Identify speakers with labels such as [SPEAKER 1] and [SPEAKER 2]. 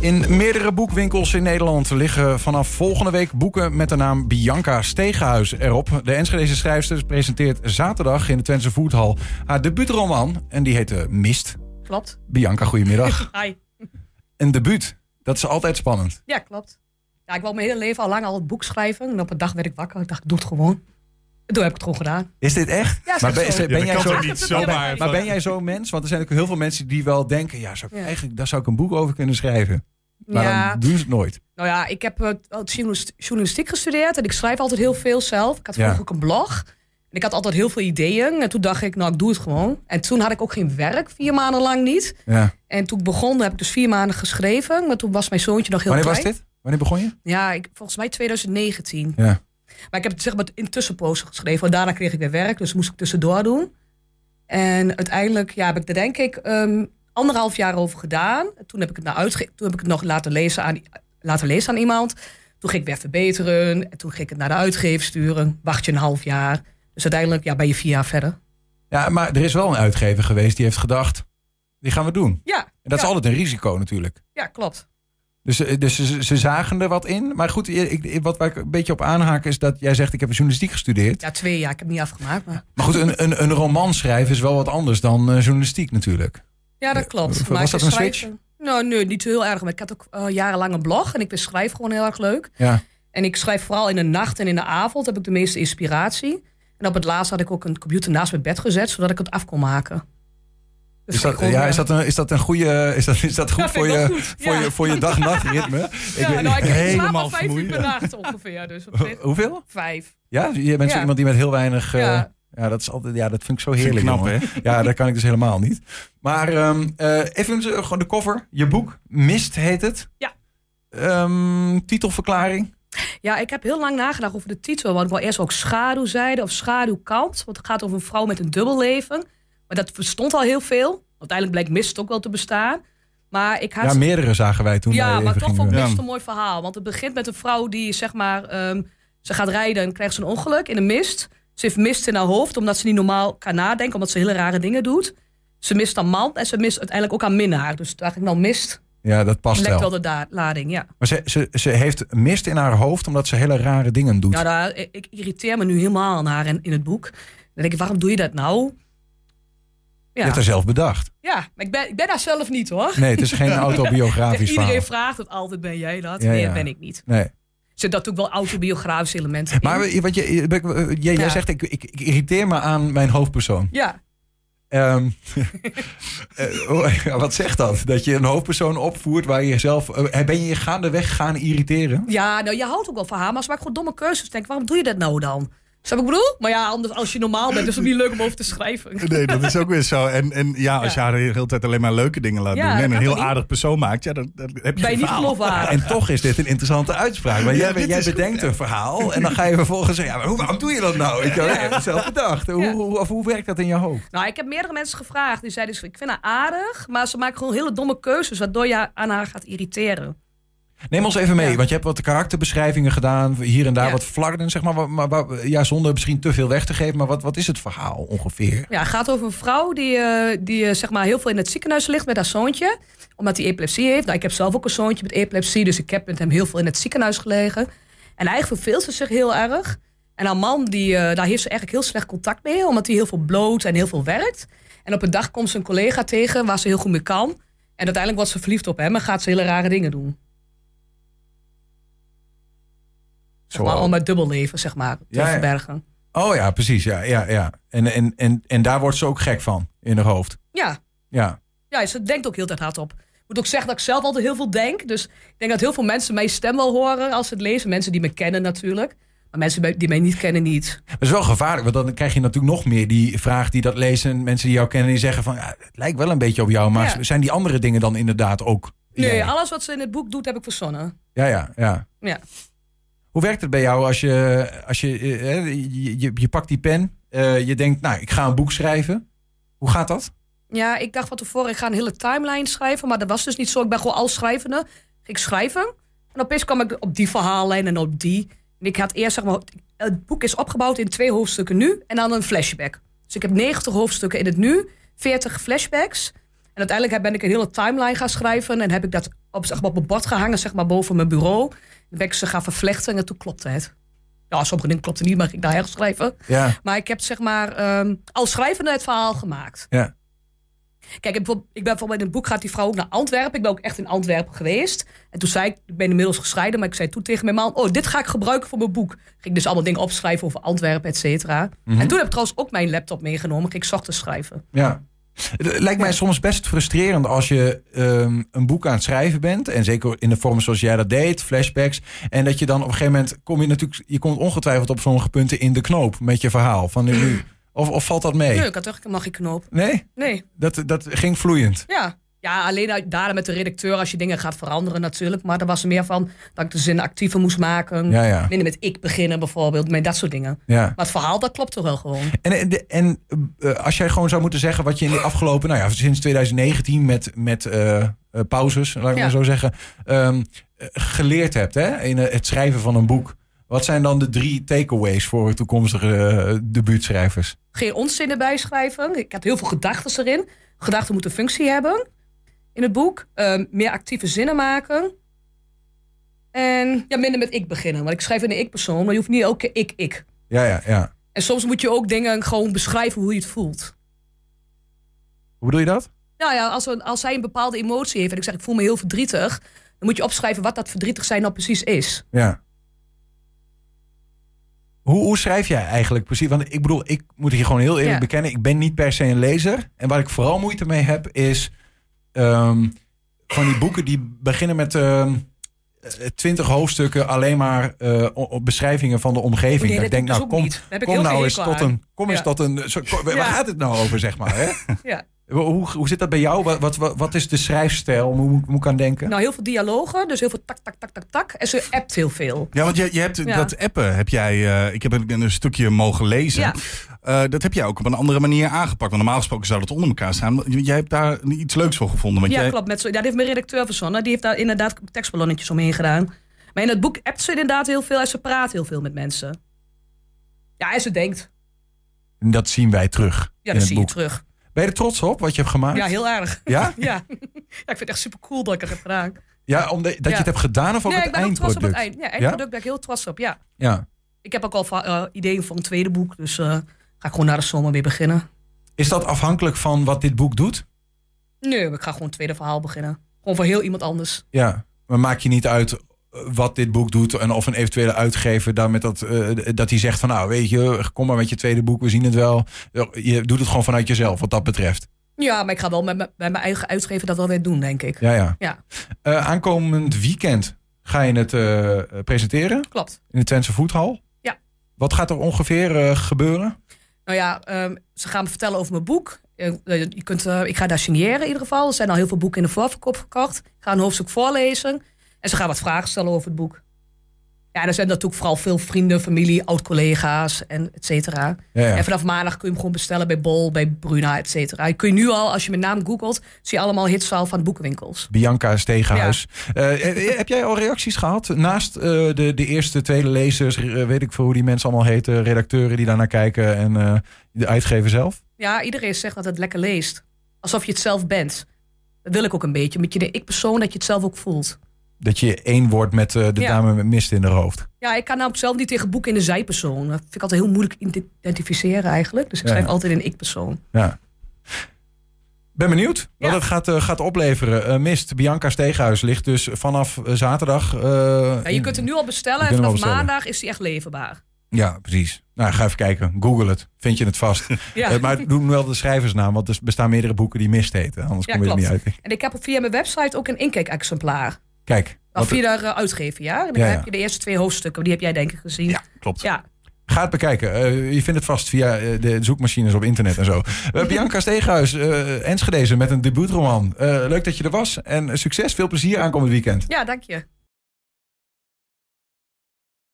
[SPEAKER 1] In meerdere boekwinkels in Nederland liggen vanaf volgende week boeken met de naam Bianca Stegenhuis erop. De Enschedeze schrijfster presenteert zaterdag in de Twentse Voethal haar debuutroman. En die heette Mist.
[SPEAKER 2] Klopt.
[SPEAKER 1] Bianca, goedemiddag.
[SPEAKER 2] Hi.
[SPEAKER 1] Een debuut, dat is altijd spannend.
[SPEAKER 2] Ja, klopt. Ja, ik wou mijn hele leven al lang al het boek schrijven. En op een dag werd ik wakker. Ik dacht, ik doe het gewoon. En toen heb ik het gewoon gedaan.
[SPEAKER 1] Is dit echt?
[SPEAKER 2] Ja, is
[SPEAKER 1] maar
[SPEAKER 2] echt
[SPEAKER 1] ben, ben
[SPEAKER 2] zo.
[SPEAKER 3] Ja, dat
[SPEAKER 1] jij
[SPEAKER 3] kan
[SPEAKER 1] zo...
[SPEAKER 3] toch niet
[SPEAKER 2] Ja, maar-
[SPEAKER 3] zomaar.
[SPEAKER 1] Maar ben jij zo'n mens? Want er zijn ook heel veel mensen die wel denken... ja, zou ik,
[SPEAKER 2] Ja.
[SPEAKER 1] eigenlijk, daar zou ik een boek over kunnen schrijven. Maar
[SPEAKER 2] ja.
[SPEAKER 1] dan doen ze het nooit.
[SPEAKER 2] Nou ja, ik heb eh, het journalist- journalistiek gestudeerd. En ik schrijf altijd heel veel zelf. Ik had
[SPEAKER 1] Ja.
[SPEAKER 2] vroeger ook een blog. En ik had altijd heel veel ideeën. En toen dacht ik, nou, ik doe het gewoon. En toen had ik ook geen werk, vier maanden lang niet.
[SPEAKER 1] Ja.
[SPEAKER 2] En toen ik begon, heb ik dus vier maanden geschreven. Maar toen was mijn zoontje nog heel
[SPEAKER 1] Wanneer was
[SPEAKER 2] klein.
[SPEAKER 1] dit? Wanneer begon je?
[SPEAKER 2] Ja, ik, volgens mij 2019.
[SPEAKER 1] Ja.
[SPEAKER 2] Maar ik heb het zeg maar in tussenpozen geschreven. Want daarna kreeg ik weer werk, dus moest ik tussendoor doen. En uiteindelijk ja, heb ik er denk ik ehm, anderhalf jaar over gedaan. Toen heb ik het, naar uitge toen heb ik het nog laten lezen, aan, laten lezen aan iemand. Toen ging ik weer verbeteren. En toen ging ik het naar de uitgever sturen. Wacht je een half jaar. Dus uiteindelijk ja, ben je vier jaar verder.
[SPEAKER 1] Ja, maar er is wel een uitgever geweest die heeft gedacht... die gaan we doen.
[SPEAKER 2] Ja,
[SPEAKER 1] En dat
[SPEAKER 2] ja,
[SPEAKER 1] is altijd een risico natuurlijk.
[SPEAKER 2] ja klopt.
[SPEAKER 1] Dus, eh, dus ze, ze zagen er wat in. Maar goed, eh, ik, wat waar ik een beetje op aanhaak is dat jij zegt... ik heb journalistiek gestudeerd.
[SPEAKER 2] Ja, twee jaar. Ik heb het niet afgemaakt. Maar...
[SPEAKER 1] Maar goed, een, een, een roman schrijven is wel wat anders dan eh, journalistiek natuurlijk.
[SPEAKER 2] Ja, dat klopt.
[SPEAKER 1] was
[SPEAKER 2] Maar ik
[SPEAKER 1] dat
[SPEAKER 2] vind
[SPEAKER 1] een switch?
[SPEAKER 2] schrijven- Nou, nee, niet heel erg. Maar ik had ook eh, jarenlang een blog. En ik vind schrijven gewoon heel erg leuk.
[SPEAKER 1] Ja.
[SPEAKER 2] En ik schrijf vooral in de nacht en in de avond heb ik de meeste inspiratie. En op het laatst had ik ook een computer naast mijn bed gezet, zodat ik het af kon maken. Dus
[SPEAKER 1] Is dat,
[SPEAKER 2] ik kon,
[SPEAKER 1] ja,
[SPEAKER 2] eh,
[SPEAKER 1] is dat een, is dat een goede... Is dat, is dat goed,
[SPEAKER 2] Ja, vind
[SPEAKER 1] voor,
[SPEAKER 2] ik wel
[SPEAKER 1] je,
[SPEAKER 2] goed,
[SPEAKER 1] voor
[SPEAKER 2] ja.
[SPEAKER 1] je, voor je dag-nachtritme?
[SPEAKER 2] Ja,
[SPEAKER 1] weet-
[SPEAKER 2] nou, ik ik slaap
[SPEAKER 3] helemaal
[SPEAKER 2] al vijf uur
[SPEAKER 3] vermoeid.
[SPEAKER 2] per nacht ongeveer. Dus op zich
[SPEAKER 1] Hoeveel?
[SPEAKER 2] vijf.
[SPEAKER 1] Ja, je bent zo
[SPEAKER 2] Ja.
[SPEAKER 1] iemand die met heel weinig... eh, ja.
[SPEAKER 2] Ja.
[SPEAKER 1] dat is altijd, ja, dat vind ik zo
[SPEAKER 3] Vind ik
[SPEAKER 1] heerlijk.
[SPEAKER 3] knap,
[SPEAKER 1] jongen. Ja, dat kan ik dus helemaal niet. Maar ehm, eh, even eh, gewoon de cover, je boek, Mist heet het.
[SPEAKER 2] Ja.
[SPEAKER 1] Ehm, titelverklaring.
[SPEAKER 2] Ja, ik heb heel lang nagedacht over de titel. Want ik wou eerst ook schaduwzijde of schaduwkant. Want het gaat over een vrouw met een dubbelleven. Maar dat verstond al heel veel. Uiteindelijk blijkt mist ook wel te bestaan. Maar ik had
[SPEAKER 1] Ja, meerdere zagen wij toen. wij
[SPEAKER 2] Ja,
[SPEAKER 1] even
[SPEAKER 2] maar toch
[SPEAKER 1] gingen-
[SPEAKER 2] vond ik
[SPEAKER 3] Ja.
[SPEAKER 2] best een mooi verhaal. Want het begint met een vrouw die, zeg maar, ehm, ze gaat rijden en krijgt ze een ongeluk in de mist. Ze heeft mist in haar hoofd, omdat ze niet normaal kan nadenken, omdat ze hele rare dingen doet. Ze mist haar man en ze mist uiteindelijk ook haar minnaar. Dus eigenlijk nou mist,
[SPEAKER 1] Ja, dat past
[SPEAKER 2] lekt
[SPEAKER 1] wel.
[SPEAKER 2] wel de da- lading, ja.
[SPEAKER 1] Maar ze, ze, ze heeft mist in haar hoofd omdat ze hele rare dingen doet.
[SPEAKER 2] Ja, daar, ik irriteer me nu helemaal aan haar in, in het boek. Dan denk ik, waarom doe je dat nou?
[SPEAKER 1] Je hebt
[SPEAKER 2] Ja,
[SPEAKER 1] haar zelf bedacht.
[SPEAKER 2] ja maar ik ben, ik ben daar zelf niet, hoor.
[SPEAKER 1] Nee, het is geen autobiografisch verhaal.
[SPEAKER 2] Iedereen vraagt het altijd, ben jij dat?
[SPEAKER 1] Ja,
[SPEAKER 2] nee,
[SPEAKER 1] ja.
[SPEAKER 2] dat ben ik niet.
[SPEAKER 1] Nee.
[SPEAKER 2] Er zitten natuurlijk wel autobiografische elementen in.
[SPEAKER 1] Maar wat je, je- jij, jij
[SPEAKER 2] Ja.
[SPEAKER 1] zegt, ik, ik, ik irriteer me aan mijn hoofdpersoon.
[SPEAKER 2] ja.
[SPEAKER 1] Ehm, eh, oh, ja, wat zegt dat? Dat je een hoofdpersoon opvoert waar je jezelf... eh, ben je je gaandeweg gaan irriteren?
[SPEAKER 2] Ja, nou, je houdt ook wel van haar, maar ze maakt gewoon domme keuzes. Denk, waarom doe je dat nou dan? Snap ik wat ik bedoel? Maar ja, anders als je normaal bent, is het niet leuk om over te schrijven.
[SPEAKER 3] Nee, dat is ook weer zo. En, en ja, als je haar de hele tijd alleen maar leuke dingen laat
[SPEAKER 2] Ja,
[SPEAKER 3] doen... en
[SPEAKER 2] dat
[SPEAKER 3] een
[SPEAKER 2] kan
[SPEAKER 3] heel
[SPEAKER 2] toch niet?
[SPEAKER 3] aardig persoon maakt... Ja, dan, dan heb
[SPEAKER 2] Ben
[SPEAKER 3] je
[SPEAKER 2] je
[SPEAKER 3] geen
[SPEAKER 2] niet ah.
[SPEAKER 3] verhaal.
[SPEAKER 2] geloofwaardig?
[SPEAKER 1] Ah, En toch is dit een interessante uitspraak. Want
[SPEAKER 3] Ja,
[SPEAKER 1] jij,
[SPEAKER 3] dit
[SPEAKER 1] jij
[SPEAKER 3] is goed,
[SPEAKER 1] bedenkt een verhaal en dan ga je vervolgens zeggen... Ja, maar hoe, waarom doe je dat nou? Ik heb het zelf bedacht. Hoe,
[SPEAKER 2] Ja.
[SPEAKER 1] hoe, of hoe werkt dat in je hoofd?
[SPEAKER 2] Nou, ik heb meerdere mensen gevraagd. Die zeiden, ik vind haar aardig, maar ze maakt gewoon hele domme keuzes, waardoor je aan haar gaat irriteren.
[SPEAKER 1] Neem ons even mee,
[SPEAKER 2] Ja.
[SPEAKER 1] want je hebt wat karakterbeschrijvingen gedaan. Hier en daar
[SPEAKER 2] Ja.
[SPEAKER 1] wat flarden, zeg maar. wa- Maar, wa- ja, zonder misschien te veel weg te geven. Maar wat, wat is het verhaal ongeveer?
[SPEAKER 2] Ja, het gaat over een vrouw die, eh, die eh, zeg maar heel veel in het ziekenhuis ligt met haar zoontje. Omdat hij epilepsie heeft. Nou, ik heb zelf ook een zoontje met epilepsie, dus ik heb met hem heel veel in het ziekenhuis gelegen. En eigenlijk verveelt ze zich heel erg. En haar man, die, eh, daar heeft ze eigenlijk heel slecht contact mee, omdat hij heel veel bloot en heel veel werkt. En op een dag komt ze een collega tegen waar ze heel goed mee kan. En uiteindelijk wordt ze verliefd op hem en gaat ze hele rare dingen doen. Zeg maar, om het dubbelleven, zeg maar, te
[SPEAKER 1] Ja, ja.
[SPEAKER 2] verbergen.
[SPEAKER 1] Oh ja, precies. Ja, ja, ja. En, en, en, en daar wordt ze ook gek van in haar hoofd.
[SPEAKER 2] Ja,
[SPEAKER 1] Ja.
[SPEAKER 2] Ja, ze denkt ook heel tijd hard op. Ik moet ook zeggen dat ik zelf altijd heel veel denk. Dus ik denk dat heel veel mensen mijn stem wel horen als ze het lezen. Mensen die me kennen natuurlijk. Maar mensen die mij niet kennen niet.
[SPEAKER 1] Dat is wel gevaarlijk, want dan krijg je natuurlijk nog meer die vraag die dat lezen. en Mensen die jou kennen, die zeggen van, ja, het lijkt wel een beetje op jou, maar
[SPEAKER 2] Ja.
[SPEAKER 1] zijn die andere dingen dan inderdaad ook?
[SPEAKER 2] Nee,
[SPEAKER 1] jij?
[SPEAKER 2] alles wat ze in het boek doet heb ik verzonnen.
[SPEAKER 1] ja, ja, ja.
[SPEAKER 2] Ja.
[SPEAKER 1] Hoe werkt het bij jou als je, als je, eh, eh, je, je, je pakt die pen, eh, je denkt, nou, ik ga een boek schrijven. Hoe gaat dat?
[SPEAKER 2] Ja, ik dacht van tevoren, ik ga een hele timeline schrijven. Maar dat was dus niet zo. Ik ben gewoon al schrijvende. Ging Ik schrijven. En opeens kwam ik op die verhaallijn en op die. En ik had eerst, zeg maar, het boek is opgebouwd in twee hoofdstukken nu en dan een flashback. Dus ik heb 90 hoofdstukken in het nu, 40 flashbacks. En uiteindelijk heb- ben ik een hele timeline gaan schrijven en heb ik dat op, zeg maar, op een bord gehangen, zeg maar, boven mijn bureau. Dan ben ik ze gaan vervlechten en toen klopte het. Ja, sommige dingen klopten niet, maar ik daar herschrijven.
[SPEAKER 1] Ja,
[SPEAKER 2] Maar ik heb zeg maar ehm, al schrijvende het verhaal gemaakt.
[SPEAKER 1] ja.
[SPEAKER 2] Kijk, ik heb bijvoorbeeld- ik ben bijvoorbeeld in het boek gaat die vrouw ook naar Antwerpen. Ik ben ook echt in Antwerpen geweest. En toen zei ik, ik ben inmiddels gescheiden, maar ik zei toen tegen mijn man: Oh, dit ga ik gebruiken voor mijn boek. Ging ik dus allemaal dingen opschrijven over Antwerpen, et cetera.
[SPEAKER 1] Mhm.
[SPEAKER 2] En toen heb ik trouwens ook mijn laptop meegenomen. Ging ik 's ochtends schrijven.
[SPEAKER 1] ja. Het lijkt mij soms best frustrerend als je ehm, een boek aan het schrijven bent. En zeker in de vorm zoals jij dat deed, flashbacks. En dat je dan op een gegeven moment kom je natuurlijk, je komt ongetwijfeld op sommige punten in de knoop met je verhaal. Van nu, nu. Of, of valt dat mee?
[SPEAKER 2] Nee, ik had echt helemaal geen knoop.
[SPEAKER 1] Nee,
[SPEAKER 2] Nee,
[SPEAKER 1] dat, dat ging vloeiend.
[SPEAKER 2] ja. Ja, alleen uit- daar met de redacteur als je dingen gaat veranderen natuurlijk. Maar er was meer van dat ik de zin actiever moest maken.
[SPEAKER 1] Ja, ja.
[SPEAKER 2] Minder met ik beginnen bijvoorbeeld, met dat soort dingen.
[SPEAKER 1] Ja.
[SPEAKER 2] Maar het verhaal, dat klopt toch wel gewoon.
[SPEAKER 1] En, en, de- en eh, als jij gewoon zou moeten zeggen wat je in de afgelopen, nou ja, sinds 2019 met, met eh, eh, pauzes, laat ik
[SPEAKER 2] Ja.
[SPEAKER 1] maar zo zeggen, ehm, eh, geleerd hebt hè, in eh, het schrijven van een boek. Wat zijn dan de drie takeaways voor toekomstige eh, debuutschrijvers?
[SPEAKER 2] geen onzin erbij schrijven. Ik had heel veel gedachten erin. Gedachten moeten functie hebben in het boek. Ehm, meer actieve zinnen maken. En ja, minder met ik beginnen. Want ik schrijf in de ik-persoon, maar je hoeft niet elke keer ik, ik.
[SPEAKER 1] Ja, ja, ja.
[SPEAKER 2] En soms moet je ook dingen gewoon beschrijven hoe je het voelt.
[SPEAKER 1] Hoe bedoel je dat?
[SPEAKER 2] Nou ja, als, een, als zij een bepaalde emotie heeft en ik zeg ik voel me heel verdrietig... dan moet je opschrijven wat dat verdrietig zijn nou precies is.
[SPEAKER 1] Ja. Hoe, hoe schrijf jij eigenlijk precies? Want ik bedoel, ik moet hier gewoon heel eerlijk
[SPEAKER 2] Ja.
[SPEAKER 1] bekennen. Ik ben niet per se een lezer. En waar ik vooral moeite mee heb, is ehm, van die boeken die beginnen met ehm, twintig hoofdstukken alleen maar eh, o- o- beschrijvingen van de omgeving.
[SPEAKER 2] Oh nee,
[SPEAKER 1] Dat
[SPEAKER 2] dat
[SPEAKER 1] ik denk,
[SPEAKER 2] doe ik
[SPEAKER 1] nou
[SPEAKER 2] dus ook
[SPEAKER 1] kom,
[SPEAKER 2] niet. Daar heb ik
[SPEAKER 1] kom
[SPEAKER 2] heel
[SPEAKER 1] nou
[SPEAKER 2] veel
[SPEAKER 1] eens
[SPEAKER 2] hekel
[SPEAKER 1] tot
[SPEAKER 2] aan.
[SPEAKER 1] een. Kom eens
[SPEAKER 2] Ja.
[SPEAKER 1] tot een. zo- kom- Waar
[SPEAKER 2] Ja.
[SPEAKER 1] gaat het nou over, zeg maar? Hè?
[SPEAKER 2] Ja.
[SPEAKER 1] Hoe, hoe zit dat bij jou? Wat, wat, wat wat is de schrijfstijl? Hoe moet- moet ik aan denken?
[SPEAKER 2] Nou, heel veel dialogen, dus heel veel tak, tak, tak, tak, tak. En ze appt heel veel.
[SPEAKER 3] Ja, want je, je hebt
[SPEAKER 2] Ja.
[SPEAKER 3] dat appen, heb jij, eh, ik heb een, een stukje mogen lezen.
[SPEAKER 2] Ja.
[SPEAKER 3] Eh, dat heb jij ook op een andere manier aangepakt. Want normaal gesproken zou dat onder elkaar staan. maar Jij hebt daar iets leuks voor gevonden. Want
[SPEAKER 2] ja,
[SPEAKER 3] jij,
[SPEAKER 2] klopt. Met zo, ja, dat heeft mijn redacteur verzonnen. Die heeft daar inderdaad tekstballonnetjes omheen gedaan. Maar in het boek appt ze inderdaad heel veel en ze praat heel veel met mensen. Ja, en ze denkt.
[SPEAKER 1] En Dat zien wij terug
[SPEAKER 2] Ja,
[SPEAKER 1] in
[SPEAKER 2] dat
[SPEAKER 1] het
[SPEAKER 2] zie je
[SPEAKER 1] boek.
[SPEAKER 2] terug.
[SPEAKER 1] Ben je er trots op wat je hebt gemaakt?
[SPEAKER 2] Ja, heel erg.
[SPEAKER 1] Ja?
[SPEAKER 2] Ja. ja, ik vind het echt super cool dat ik het heb gedaan.
[SPEAKER 1] Ja, omdat dat je
[SPEAKER 2] Ja.
[SPEAKER 1] het hebt gedaan of ook
[SPEAKER 2] nee,
[SPEAKER 1] het
[SPEAKER 2] ik ben ook trots op het
[SPEAKER 1] eindproduct?
[SPEAKER 2] eind. Ja, eindproduct ben ik heel trots op. Ja.
[SPEAKER 1] Ja.
[SPEAKER 2] Ik heb ook al va- eh, ideeën voor een tweede boek. Dus eh, ga ik gewoon na de zomer weer beginnen.
[SPEAKER 1] Is dat afhankelijk van wat dit boek doet?
[SPEAKER 2] Nee, ik ga gewoon een tweede verhaal beginnen. Gewoon voor heel iemand anders.
[SPEAKER 1] Ja. Maar maak je niet uit eh, wat dit boek doet en of een eventuele uitgever daar met dat, eh, dat hij zegt van nou weet je, kom maar met je tweede boek, we zien het wel. Je doet het gewoon vanuit jezelf wat dat betreft.
[SPEAKER 2] Ja, maar ik ga wel met mijn- bij mijn eigen uitgever dat wel weer doen, denk ik.
[SPEAKER 1] Ja, ja.
[SPEAKER 2] Ja.
[SPEAKER 1] Eh, aankomend weekend ga je het eh, presenteren
[SPEAKER 2] Klopt.
[SPEAKER 1] in de Twentse Voethal.
[SPEAKER 2] Ja.
[SPEAKER 1] Wat gaat er ongeveer eh, gebeuren?
[SPEAKER 2] Nou ja, ehm, ze gaan me vertellen over mijn boek. Eh, eh, Je kunt, eh, ik ga daar signeren in ieder geval. Er zijn al heel veel boeken in de voorverkoop verkocht. Ik ga een hoofdstuk voorlezen. En ze gaan wat vragen stellen over het boek. Ja, er zijn natuurlijk vooral veel vrienden, familie, oud-collega's en et cetera.
[SPEAKER 1] Ja, ja.
[SPEAKER 2] En vanaf maandag kun je hem gewoon bestellen bij Bol, bij Bruna, et cetera. Je kun je nu al, als je mijn naam googelt, zie je allemaal hitzaal van boekenwinkels.
[SPEAKER 1] Bianca Stegenhuis. Eh, eh, heb jij al reacties gehad? Naast eh, de, de eerste, tweede lezers, eh, weet ik veel hoe die mensen allemaal heten, redacteuren die daarnaar kijken en eh, de uitgever zelf?
[SPEAKER 2] Ja, iedereen zegt dat het lekker leest. Alsof je het zelf bent. Dat wil ik ook een beetje. Met je de ik-persoon, dat je het zelf ook voelt.
[SPEAKER 1] Dat je één wordt met eh, de
[SPEAKER 2] Ja.
[SPEAKER 1] dame met mist in de hoofd.
[SPEAKER 2] Ja, ik kan namelijk zelf niet tegen boeken in de zijpersoon. Dat vind ik altijd heel moeilijk te identificeren eigenlijk. Dus ik
[SPEAKER 1] Ja.
[SPEAKER 2] schrijf altijd in ik-persoon.
[SPEAKER 1] Ja. Ben benieuwd wat
[SPEAKER 2] Ja.
[SPEAKER 1] het gaat, eh, gaat opleveren. Eh, mist, Bianca Steeghuis ligt dus vanaf eh, zaterdag. eh,
[SPEAKER 2] Ja, je
[SPEAKER 1] in-
[SPEAKER 2] kunt hem nu al bestellen
[SPEAKER 1] Je
[SPEAKER 2] en
[SPEAKER 1] kunt hem
[SPEAKER 2] vanaf
[SPEAKER 1] al bestellen.
[SPEAKER 2] maandag is hij echt leverbaar.
[SPEAKER 1] Ja, precies. Nou, ga even kijken. Google het. Vind je het vast.
[SPEAKER 2] Ja.
[SPEAKER 1] Eh, maar doe wel de schrijversnaam, want er bestaan meerdere boeken die mist heten. Anders
[SPEAKER 2] Ja,
[SPEAKER 1] kom je er
[SPEAKER 2] klopt.
[SPEAKER 1] niet uit.
[SPEAKER 2] En ik heb via mijn website ook een inkijk-exemplaar.
[SPEAKER 1] Kijk.
[SPEAKER 2] Nou,
[SPEAKER 1] wat-
[SPEAKER 2] via de eh, uitgever, ja. En dan
[SPEAKER 1] Ja, ja.
[SPEAKER 2] heb je de eerste twee hoofdstukken, die heb jij denk ik gezien.
[SPEAKER 3] ja, klopt.
[SPEAKER 2] Ja.
[SPEAKER 1] Ga het bekijken. Eh, je vindt het vast via eh, de zoekmachines op internet en zo. Eh, Bianca Steeghuis, eh Enschedezen met een debuutroman. Eh, leuk dat je er was en succes. Veel plezier aankomend weekend.
[SPEAKER 2] ja, dank je.